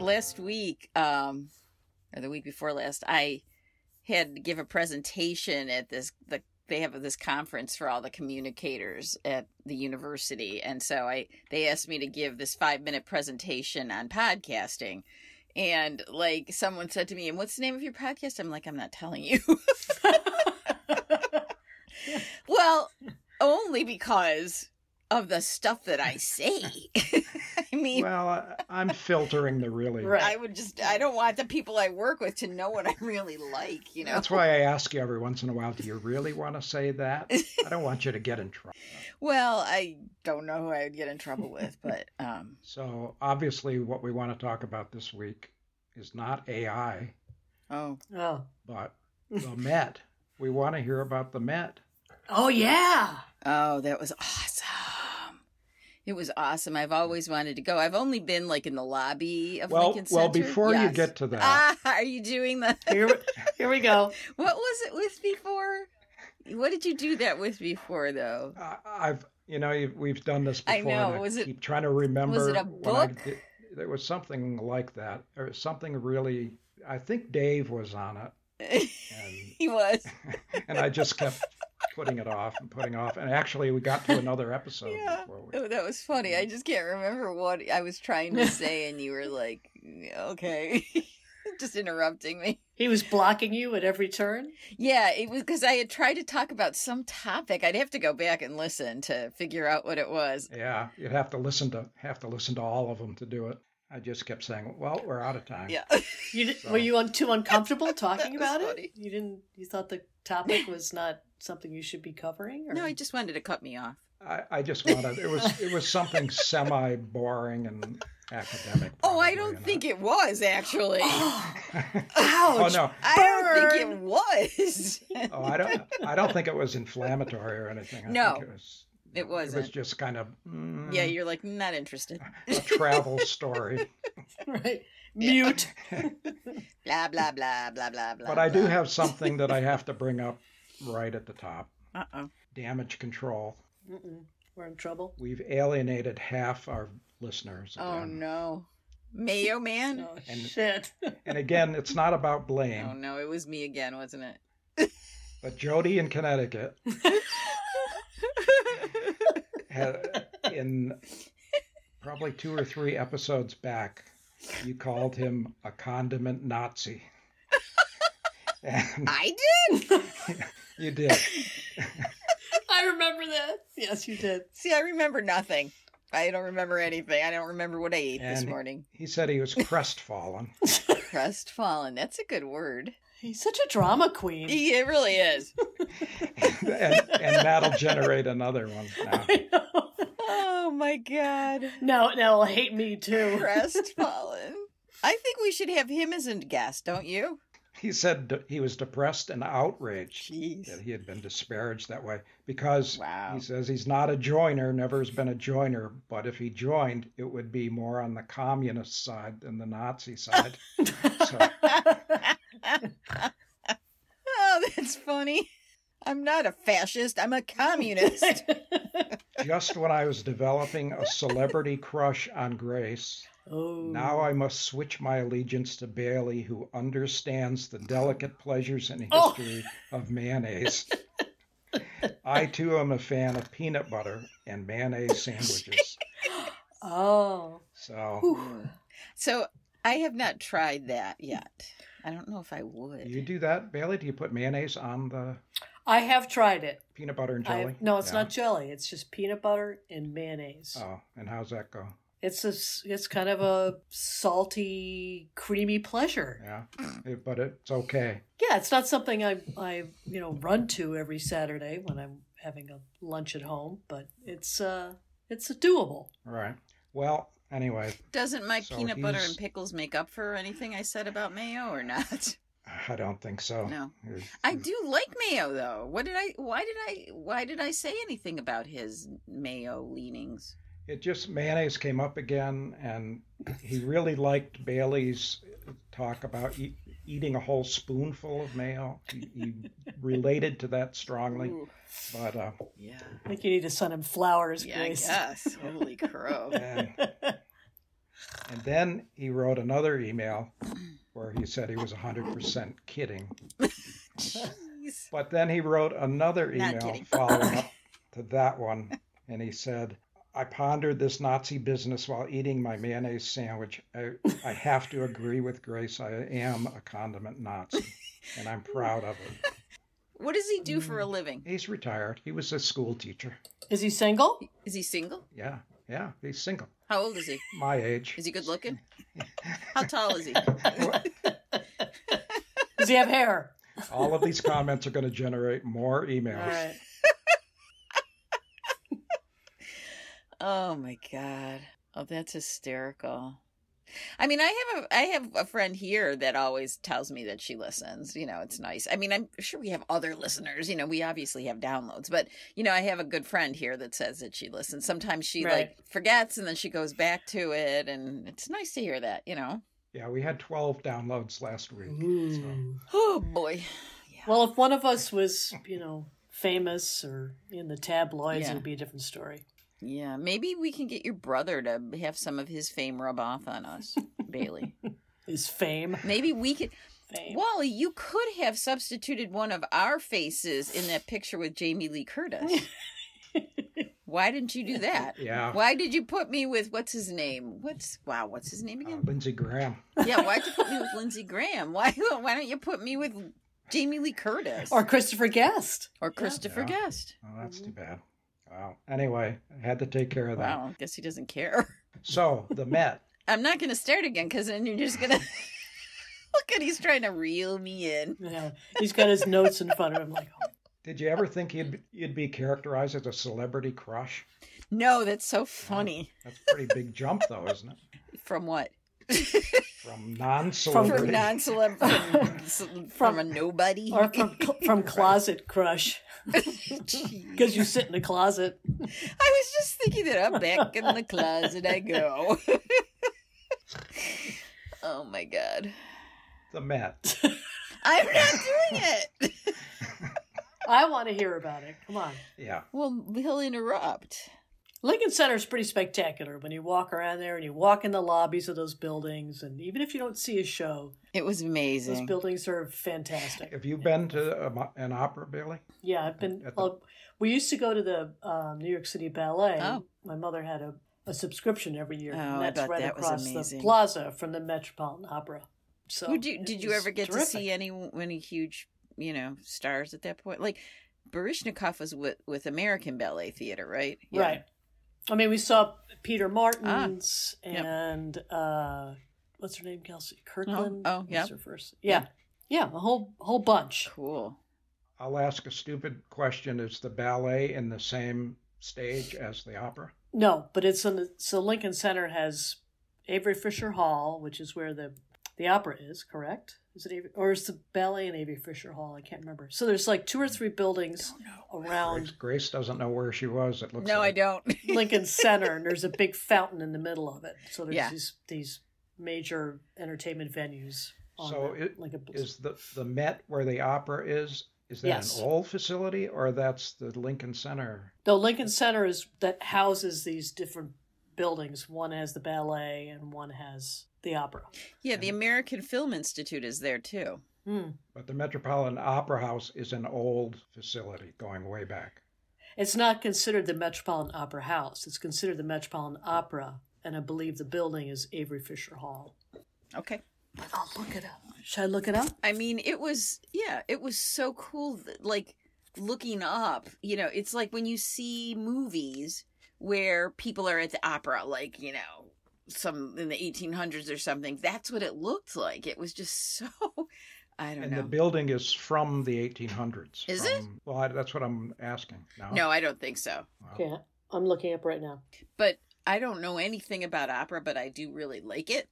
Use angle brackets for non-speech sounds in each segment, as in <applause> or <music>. last week, um, or the week before last, I had to give a presentation at this the they have this conference for all the communicators at the university and so i they asked me to give this five minute presentation on podcasting and like someone said to me and what's the name of your podcast i'm like i'm not telling you <laughs> well only because of the stuff that i say <laughs> i mean Well, I, I'm filtering the really. Right. i would just i don't want the people i work with to know what i really like you know That's why I ask you every once in a while, do you really want to say that? I don't want you to get in trouble. <laughs> Well, I don't know who I would get in trouble with, <laughs> but um So obviously, what we want to talk about this week is not AI, oh, Oh. <laughs> but the Met. We want to hear about the Met. Oh yeah. oh, that was awesome. It was awesome. I've always wanted to go. I've only been like in the lobby of Well, Lincoln Center. well, before you Yes. get to that, Ah, <laughs> are you doing the Here, here we go. What was it with before? What did you do that with before though? <laughs> I- I've you know you- we've done this I before. know. and Was it- keep trying to remember. a when I book? did- there was something like that, or something really. I think Dave was on it, and he was. and I just kept putting it off and putting off. And actually, we got to another episode Yeah. before we. Oh, that was funny. I just can't remember what I was trying to say and you were like, "Okay." <laughs> just interrupting me. He was blocking you at every turn. Yeah, it was because I had tried to talk about some topic. I'd have to go back and listen to figure out what it was. Yeah, you'd have to listen to have to listen to all of them to do it. I just kept saying, "Well, we're out of time." Yeah. You di- So- were you un- too uncomfortable talking <laughs> That was about funny. it? You didn't. You thought the topic was not something you should be covering? Or? No, I just wanted to cut me off. I, I just wanted it was it was something semi boring and academic. Oh, I probably, don't and think it was actually. <laughs> Oh, Oh <laughs> ouch. no, I don't think it <laughs> Burn. was. Oh, I don't. I don't think it was inflammatory or anything. I No, think it was. it It was wasn't. just kind of mm, yeah, you're like not interested. a <laughs> travel story. <laughs> right. Mute. Blah blah blah blah blah blah. but I do have something that I have to bring up right at the top. Uh oh. Damage control. Mm-mm. We're in trouble. We've alienated half our listeners. Oh again. no. Mayo <laughs> man. Oh And- <laughs> shit. <laughs> And again, it's not about blame, Oh no, it was me again, wasn't it? but Jody in Connecticut had <laughs> in probably two or three episodes back, you called him a condiment Nazi. And I did. you did. I remember that. Yes, you did. See, I remember nothing. I don't remember anything. I don't remember what I ate this And- morning. He said he was crestfallen. Crestfallen. That's a good word. He's such a drama Mm. queen. It really <laughs> is. and, and that'll generate another one now. <laughs> I know. Oh my god. Now, now he'll hate me too. <laughs> <laughs> Crestfallen. I think we should have him as a guest, don't you? He said d- he was depressed and outraged that Jeez. he had been disparaged that way because Wow. Um, he says he's not a joiner, never has been a joiner, but if he joined, it would be more on the communist side than the Nazi side. <laughs> so, Oh, that's funny. I'm not a fascist. I'm a <laughs> communist. just when I was developing a celebrity crush on Grace, <laughs> oh. now I must switch my allegiance to Bailey, who understands the delicate pleasures and Oh. history of mayonnaise. <laughs> I too am a fan of peanut butter and <laughs> mayonnaise sandwiches. Oh. So Whew. so I have not tried that yet. I don't know if I would. you do that, Bailey? Do you put mayonnaise on the I have tried it. peanut butter and I- jelly? no, it's Yeah. not jelly. It's just peanut butter and mayonnaise. Oh, and how's that go? It's a, s- it's kind of a salty, creamy pleasure. Yeah, It- but it's okay. Yeah, it's not something I I you know run to every Saturday when I'm having a lunch at home, but it's uh it's doable. All right. Well, anyway, Doesn't my So peanut butter he's- and pickles make up for anything I said about mayo or not? I don't think so. No. You're- I do like mayo though. What did I why did I why did I say anything about his mayo leanings? It just mayonnaise came up again, and he really liked Bailey's talk about e- eating a whole spoonful of mayo. He, he related to that strongly, Ooh, but uh, yeah. I think you need to send him flowers, Yeah, I Grace. guess. Holy crow. and And then he wrote another email where he said he was 100% kidding. <laughs> Jeez. But then he wrote another Not email kidding. <laughs> following up to that one, and he said, "I pondered this Nazi business while eating my mayonnaise sandwich. I, I have to agree with Grace. I am a condiment Nazi, and I'm proud of it." What does he do for a living? He's retired. He was a school teacher. Is he single? Is he single? Yeah, yeah. He's single. How old is he? My age. Is he good looking? How tall is he? Does he <laughs> have hair? All of these comments are going to generate more All emails. right. Oh my god. Oh, that's hysterical. I mean, I have a I have a friend here that always tells me that she listens. You know, it's nice. I mean, I'm sure we have other listeners. You know, we obviously have downloads, but you know, I have a good friend here that says that she listens. Sometimes she Right. like forgets and then she goes back to it, and it's nice to hear that. You know. Yeah, we had 12 downloads last week. So. Ooh. Oh boy. Well, if one of us was, you know, famous or in the tabloids, Yeah. it would be a different story. Yeah, maybe we can get your brother to have some of his fame rub off on us, Bailey. Is fame. Maybe we could. Fame. Wally, you could have substituted one of our faces in that picture with Jamie Lee <laughs> Curtis. Why didn't you do <laughs> that? Yeah. Why did you put me with what's his name? What's wow? What's his name Uh, again? Lindsey Graham. Yeah, why'd you put me with Lindsey Graham? Why <laughs> why don't you put me with Jamie Lee Curtis Or or, Christopher Guest. Christopher Yeah. Guest? Oh, that's Mm-hmm. too bad. Wow. Anyway, I had to take care of that. Wow, guess he doesn't care. <laughs> So the Met. I'm not gonna start again because then you're just gonna <laughs> look at he's trying to reel me in. Yeah. He's got his notes in front of him. Like, oh, Did you ever think you'd you'd be characterized as a celebrity crush? No, that's so funny. That's a pretty big jump, though, isn't it? From what? From from non-celebrity. non celeb from, from a nobody <laughs> or from, from closet crush. Jeez. Because you sit in a closet. I was just thinking that I'm back in the closet I go. oh my god. the Met. I'm not doing it. I want to hear about it. Come on. Yeah. Well, he'll interrupt. Lincoln Center is pretty spectacular when you walk around there and you walk in the lobbies of those buildings. And even if you don't see a show, It was those amazing. buildings are fantastic. Have you been to a, mo- an opera, Billy? Yeah, I've been. At the- well, we used to go to the um, New York City Ballet. Oh. My mother had a, a subscription every year. Oh, and I that's bet right that was across amazing. the plaza from the Metropolitan Opera. So Would you it did you was ever get to terrific. see any any huge you know stars at that point? Like Baryshnikov was with with American Ballet Theater, right? Yeah. Ah. Right. I mean, we saw Peter Martins yep. and uh, what's her name, Kelsey Kirkland. oh, was yep. her first. Yeah. yeah, a whole whole bunch. Cool. I'll ask a stupid question. Is the ballet in the same stage as the opera? No, but it's in the so Lincoln Center has Avery Fisher Hall, which is where the the opera is. Correct? Is it Avery, or is the ballet in Avery Fisher Hall? I can't remember. So there's like two or three buildings Grace, around Grace doesn't know where she was. It looks No, I like. don't. <laughs> <laughs> Lincoln Center, and there's a big fountain in the middle of it. So there's Yeah. these these major entertainment venues. On So the- it- Lincoln, Is the the Met where the opera is? Is that Yes. an old facility or that's the Lincoln Center? No, Lincoln Center is that houses these different buildings. One has the ballet, and one has the opera. Yeah, the American Film Institute is there too. Hmm. But the Metropolitan Opera House is an old facility going way back. It's not considered the Metropolitan Opera House. It's considered the Metropolitan Opera, and I believe the building is Avery Fisher Hall. Okay. I'll look it up. Should I look it up? I mean, it was yeah, it was so cool that, like looking up, you know, it's like when you see movies where people are at the opera like, you know, some in the 1800s or something. That's what it looked like. It was just <laughs> so I don't And know. the building is from the 1800s. Is from, it? Well, I, that's what I'm asking. No. no, I don't think so. Wow. Yeah, I'm looking up right now. But I don't know anything about opera, but I do really like it.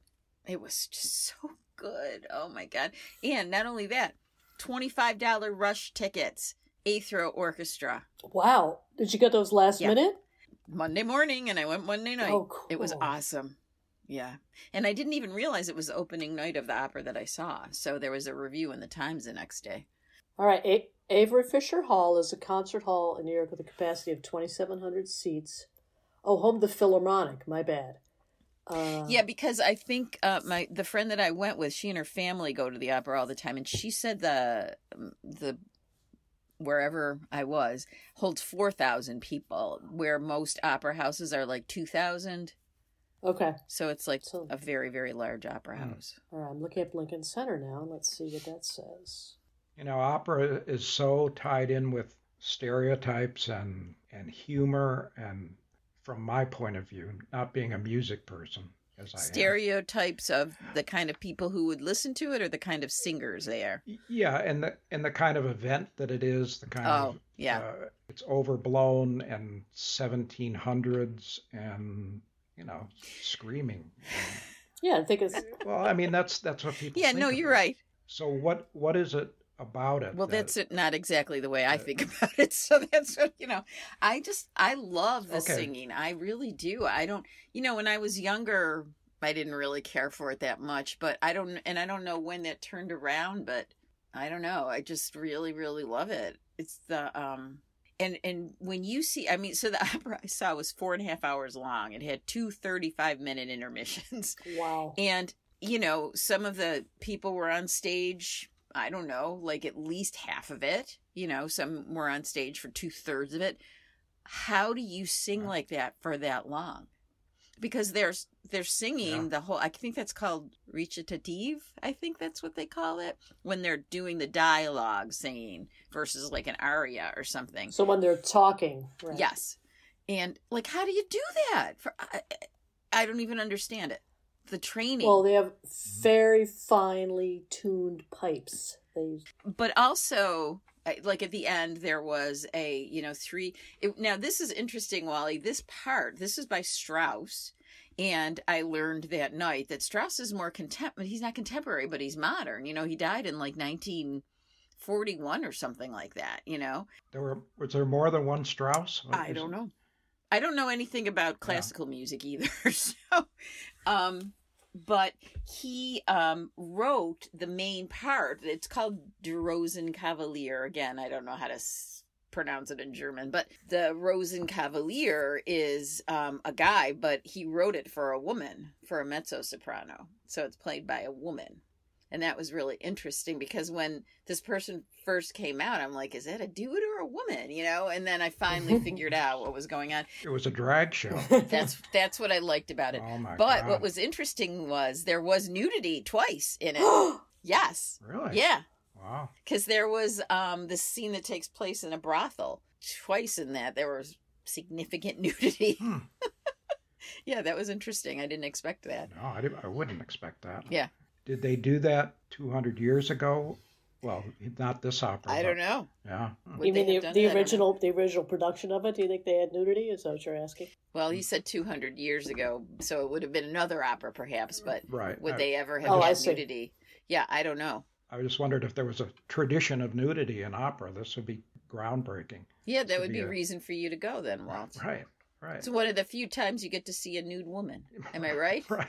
It was just so good. Oh my god. And not only that, $25 rush tickets, Aethro Orchestra. Wow, did you get those last Yeah. minute? Monday morning and I went Monday night. Oh, cool. It was awesome. Yeah. And I didn't even realize it was opening night of the opera that I saw. So there was a review in the Times the next day. All right, A- Avery Fisher Hall is a concert hall in New York with a capacity of 2,700 seats. Oh, home to the Philharmonic, my bad. Uh, Yeah, because I think uh, my the friend that I went with, she and her family go to the opera all the time, and she said the um, the wherever I was holds four thousand people, where most opera houses are like two thousand. Okay. So it's like So- a very very large opera Hmm. house. All right. I'm looking up Lincoln Center now. and Let's see what that says. You know, opera is so tied in with stereotypes and and humor and from my point of view, not being a music person as I am. Stereotypes of the kind of people who would listen to it, or the kind of singers they are. Yeah, and the and the kind of event that it is, the kind Oh of yeah, uh, it's overblown and 1700s and you know screaming. Yeah, I think it's well, I mean that's that's what people. yeah. think No, of you're it. right. So what what is it about it? Well, that- uh, that's it- not exactly the way I that- think <laughs> about it. So that's what, you know, I just, I love the Okay. singing. I really do. I don't, you know, when I was younger, I didn't really care for it that much, but I don't, and I don't know when that turned around, but I don't know. I just really, really love it. It's the, um, and, and when you see, I mean, so the <laughs> opera I saw was four and a half hours long. It had two 35 minute intermissions. wow. And, you know, some of the people were on stage, I don't know, like at least half of it. You know, some were on stage for two thirds of it. How do you sing Right. like that for that long? Because there's they're singing Yeah. the whole I think that's called recitative, I think that's what they call it. When they're doing the dialogue singing versus like an aria or something. So when they're talking, right? Yes. And like how do you do that? For I, I I don't even understand it. The training. Well, they have very finely tuned pipes. They but also I- like at the end there was a you know three it, now this is interesting wally this part this is by strauss and i learned that night that strauss is more contemporary he's not contemporary but he's modern you know he died in like 1941 or something like that you know There were was there more than one Strauss? i don't know i don't know anything about classical music either <laughs> so um but he um wrote the main part it's called Der rosenkavalier again i don't know how to s- pronounce it in german but the rosenkavalier is um a guy but he wrote it for a woman for a mezzo soprano so it's played by a woman and that was really interesting because when this person first came out i'm like is that a dude or a woman you know and then i finally figured out what was going on It was a <laughs> drag show. that's that's what i liked about it oh my but god! what was interesting was there was nudity twice <gasps> in it. oh yes. really? Yeah. Wow. Because there was um, this scene that takes place in a brothel. Twice in that, there was significant <laughs> nudity. Hmm. yeah, that was interesting. I didn't expect that. No, I, didn't, I wouldn't expect that. Yeah. Did they do that 200 years ago? Well, not this opera. I don't but- know. Yeah. Hmm. Would you they mean have the, done that the or not? original the original production of it? Do you think they had nudity? Is that what you're asking? Well, you said 200 years ago, so it would have been another opera perhaps, but Right. would I, they ever have Oh, I had see. nudity? Yeah, I don't know. I just wondered if there was a tradition of nudity in opera. This would be groundbreaking. Yeah, that would would be be a- reason for you to go then, Walt. Right. Right. It's one of the few times you get to see a nude woman. Am I right? Right.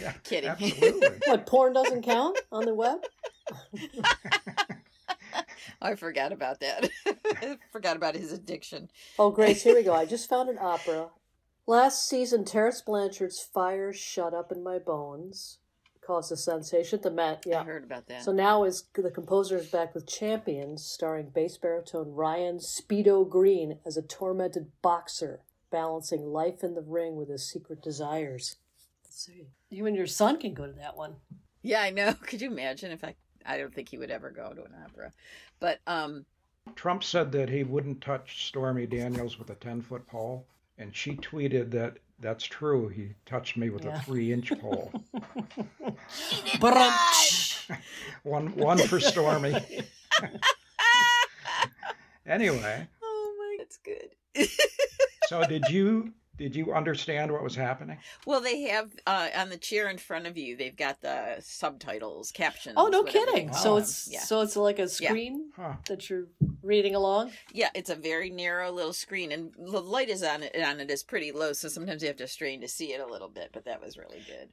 Yeah, Kidding. Absolutely. What porn doesn't count on the web? I forgot about that. <laughs> forgot about his addiction. Oh, Grace, here we go. I just found an opera. Last season, Terence Blanchard's "Fire Shut Up in My Bones" caused a sensation at the Met. I Yeah. heard about that. So now is the composer is back with Champions, starring bass baritone Ryan Speedo Green as a tormented boxer balancing life in the ring with his secret desires. Let's see. You and your son can go to that one. yeah, I know. <laughs> Could you imagine if I? I don't think he would ever go to an opera, but um, <laughs> Trump said that he wouldn't touch Stormy Daniels with a 10 foot pole, and she tweeted that that's true. He touched me with Yeah. a three inch pole. Brunch. one one for Stormy. anyway, oh my, that's good. so did you did you understand what was happening? well, they have uh, on the chair in front of you. They've got the subtitles, captions. Oh no, whatever they kidding! call So Wow. them. it's yeah, so it's like a screen Huh. that you're reading along. yeah. It's a very narrow little screen, and the light is on it. On it is pretty low, so sometimes you have to strain to see it a little bit. But that was really good.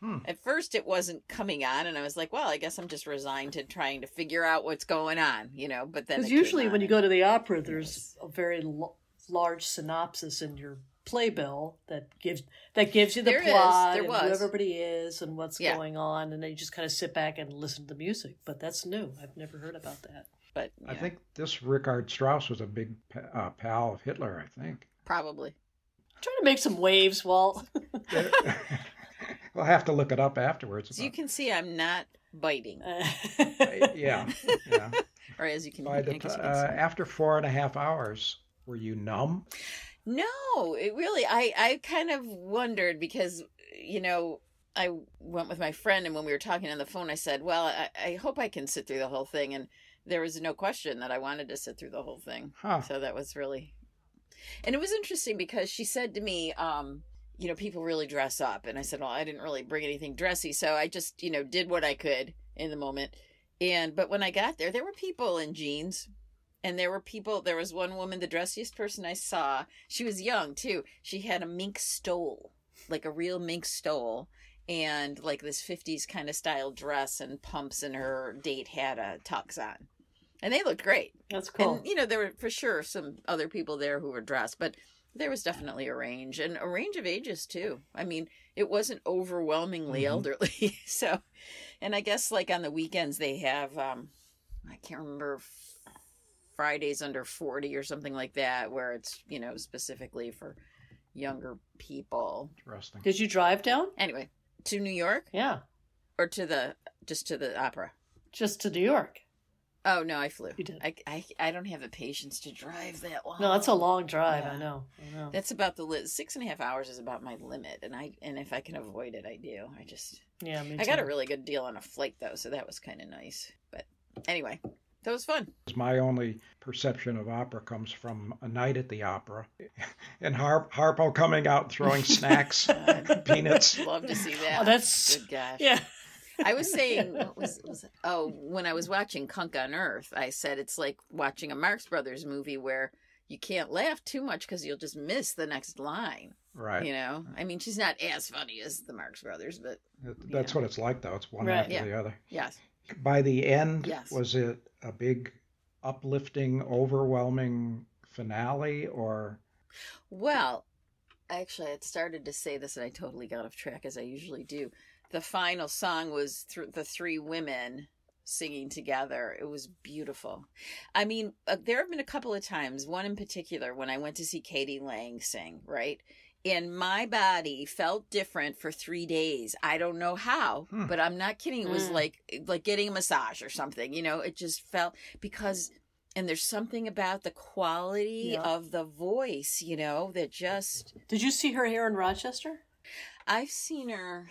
Hmm. At first, it wasn't coming on, and I was like, "Well, I guess I'm just resigned to trying to figure out what's going on," you know. But then, Because it came usually on when you and- go to the opera, there's a very l- large synopsis in your playbill that gives that gives you the There is, plot there and was. who everybody is and what's Yeah. going on, and then you just kind of sit back and listen to the music. But that's new. I've never heard about that. But I yeah, think this Richard Strauss was a big pa- uh, pal of Hitler, I think. probably. I'm trying to make some waves, Walt. <laughs> <laughs> we'll have to look it up afterwards. As you but- can see, I'm not biting, I- yeah. <laughs> yeah. or as you can, By the I guess ti- you can uh, see. after four and a half hours, were you numb? No, it really. I I kind of wondered because you know I went with my friend, and when we were talking on the phone, I said, "Well, I, I hope I can sit through the whole thing," and there was no question that I wanted to sit through the whole thing. Huh. So that was really, and it was interesting because she said to me, um, "You know, people really dress up," and I said, "Well, I didn't really bring anything dressy, so I just you know did what I could in the moment." And but when I got there, there were people in jeans. And there were people, there was one woman, the dressiest person I saw, she was young too. She had a mink stole, like a real mink stole, and like this 50s kind of style dress and pumps, and her date had a tux on. And they looked great. that's cool. And, you know, there were for sure some other people there who were dressed, but there was definitely a range and a range of ages too. I mean, it wasn't overwhelmingly Mhm. Mm-hmm. elderly. <laughs> So, and I guess like on the weekends they have, um, I can't remember, f- Fridays under 40 or something like that, where it's, you know, specifically for younger people. Interesting. Did you drive down? Anyway, to New York Yeah, or to the, just to the opera? just to New York. Oh, no, I flew. You did. I, I, I don't have the patience to drive that long. No, that's a long drive. I Yeah. know. I know. That's about the li- six and a half hours is about my limit, and I and if I can avoid it, I do. I just yeah, me I got too. a really good deal on a flight though, so that was kind of nice. But anyway, that was fun. My only perception of opera comes from a night at the opera, <laughs> and Har- Harpo coming out <laughs> and throwing snacks, peanuts. Love to see that. <laughs> Oh, that's good gosh. yeah. I was <laughs> saying, what was, was it? oh, when I was watching Kunk on Earth, I said it's like watching a Marx Brothers movie where you can't laugh too much because you'll just miss the next line. Right. You know, I mean, she's not as funny as the Marx Brothers, but That- That's what it's like, though. It's one Right. after Yeah. the other. yes, By the end, Yes. was it a big, uplifting, overwhelming finale, or Well, actually, I had started to say this, and I totally got off track as I usually do. The final song was th- the three women singing together. It was beautiful. I mean, uh, there have been a couple of times, one in particular, when I went to see Katie Lang sing, right? And my body felt different for three days. I don't know how, Hmm. but I'm not kidding. It was Mm. like like getting a massage or something. You know, it just felt because, and there's something about the quality Yeah. of the voice, you know, that just Did you see her here in Rochester? I've seen her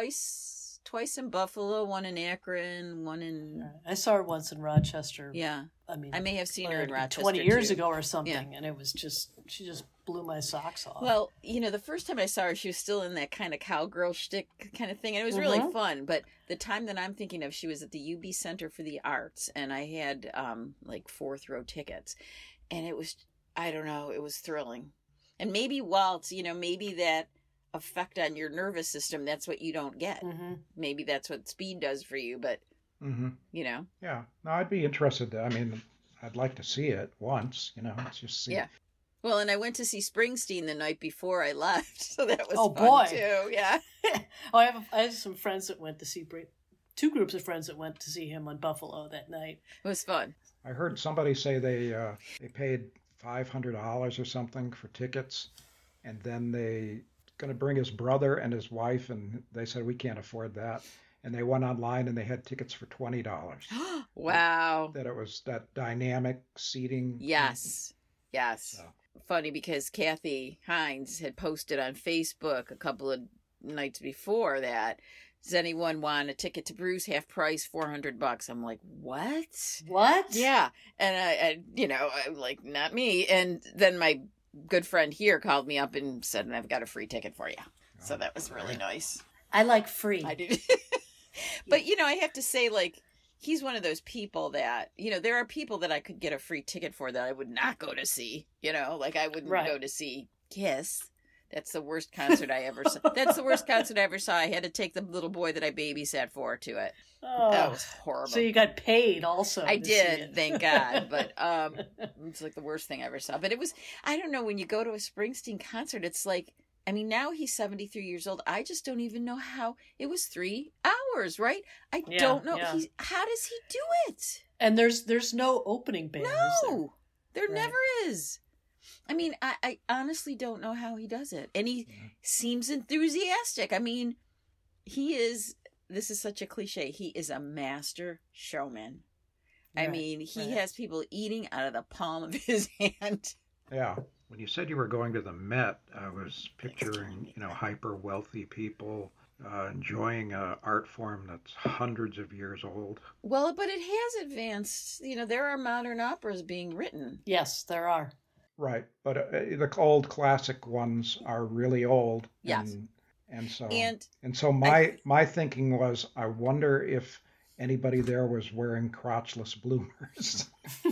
twice, twice in Buffalo, one in Akron, one in I saw her once in Rochester. yeah. I mean, I may have seen her in like Rochester twenty years too. ago or something, Yeah. and it was just she just blew my socks off. Well, you know, the first time I saw her, she was still in that kind of cowgirl shtick kind of thing, and it was really Mhm. fun. But the time that I'm thinking of, she was at the UB Center for the Arts, and I had um, like fourth row tickets, and it was, I don't know, it was thrilling. And maybe Walt, you know, maybe that effect on your nervous system, that's what you don't get. hmm Maybe that's what speed does for you, but hmm you know, Yeah. No, I'd be interested. I mean, I'd like to see it once. You know, it's just see. Yeah. well, and I went to see Springsteen the night before I <laughs> left, so that was Oh, fun boy. too. Yeah. oh, I have I have some friends that went to see Bra- two groups of friends that went to see him on Buffalo that night. It was fun. I heard somebody say they uh, they paid five hundred dollars or something for tickets, and then they going to bring his brother and his wife, and they said we can't afford that, and they went online and they had tickets for <gasps> twenty dollars. <gasps> wow. that it was that dynamic seating. thing. Yes. Yes. Mm-hmm. So. Funny because Kathy Hines had posted on Facebook a couple of nights before that. Does anyone want a ticket to Bruce? Half price, four hundred bucks. I'm like, what? What? Yeah, and I, I, you know, I'm like, not me. And then my good friend here called me up and said, "I've got a free ticket for you." Oh, So that was really nice. I like free. <laughs> I did. <laughs> but you know, I have to say, like, he's one of those people that you know, there are people that I could get a free ticket for that I would not go to see. You know, like I wouldn't Right. go to see Kiss. That's the worst concert I <laughs> ever saw. That's the worst concert I ever saw. I had to take the little boy that I babysat for to it. Oh, That was horrible. so you got paid also. I to see did, it. thank <laughs> God. But um it's like the worst thing I ever saw. But it was I don't know, when you go to a Springsteen concert, it's like I mean, now he's seventy three years old. I just don't even know how it was three hours, right? I Yeah, don't know. yeah. He's, how does he do it? and there's there's no opening band. is there? No, there Right. never is. I mean, I, I honestly don't know how he does it. And he Yeah. seems enthusiastic. I mean, he is, this is such a cliche, he is a master showman. I Right, mean, he right. has people eating out of the palm of his <laughs> hand. Yeah. When you said you were going to the Met, I was picturing, you know, hyper wealthy people uh, enjoying a art form that's hundreds of years old. Well, but it has advanced. You know, there are modern operas being written. Yes, there are. Right. But uh, the old classic ones are really old. Yes. And, and so And and so my my thinking was I wonder if anybody there was wearing crotchless <laughs> bloomers. <laughs>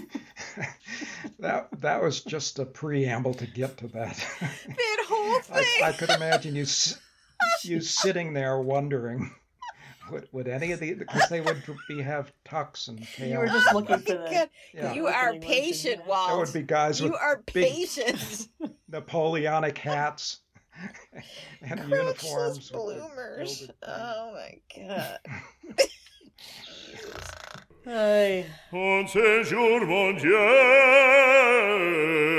that that was just a preamble to get to that. <laughs> that whole thing. I, <laughs> I could imagine you s- you sitting there wondering would, would any of the because they would be have tucks and tails. You were just looking for God, the. yeah. You are Opening ones and- patient, there Walt. would be guys You with are big- patient. <laughs> <laughs> Napoleonic hats <laughs> and uniforms. Crotchless with their bloomers. gilded uh, thing. Oh my god. Jesus. Ay. Un séjour mondial.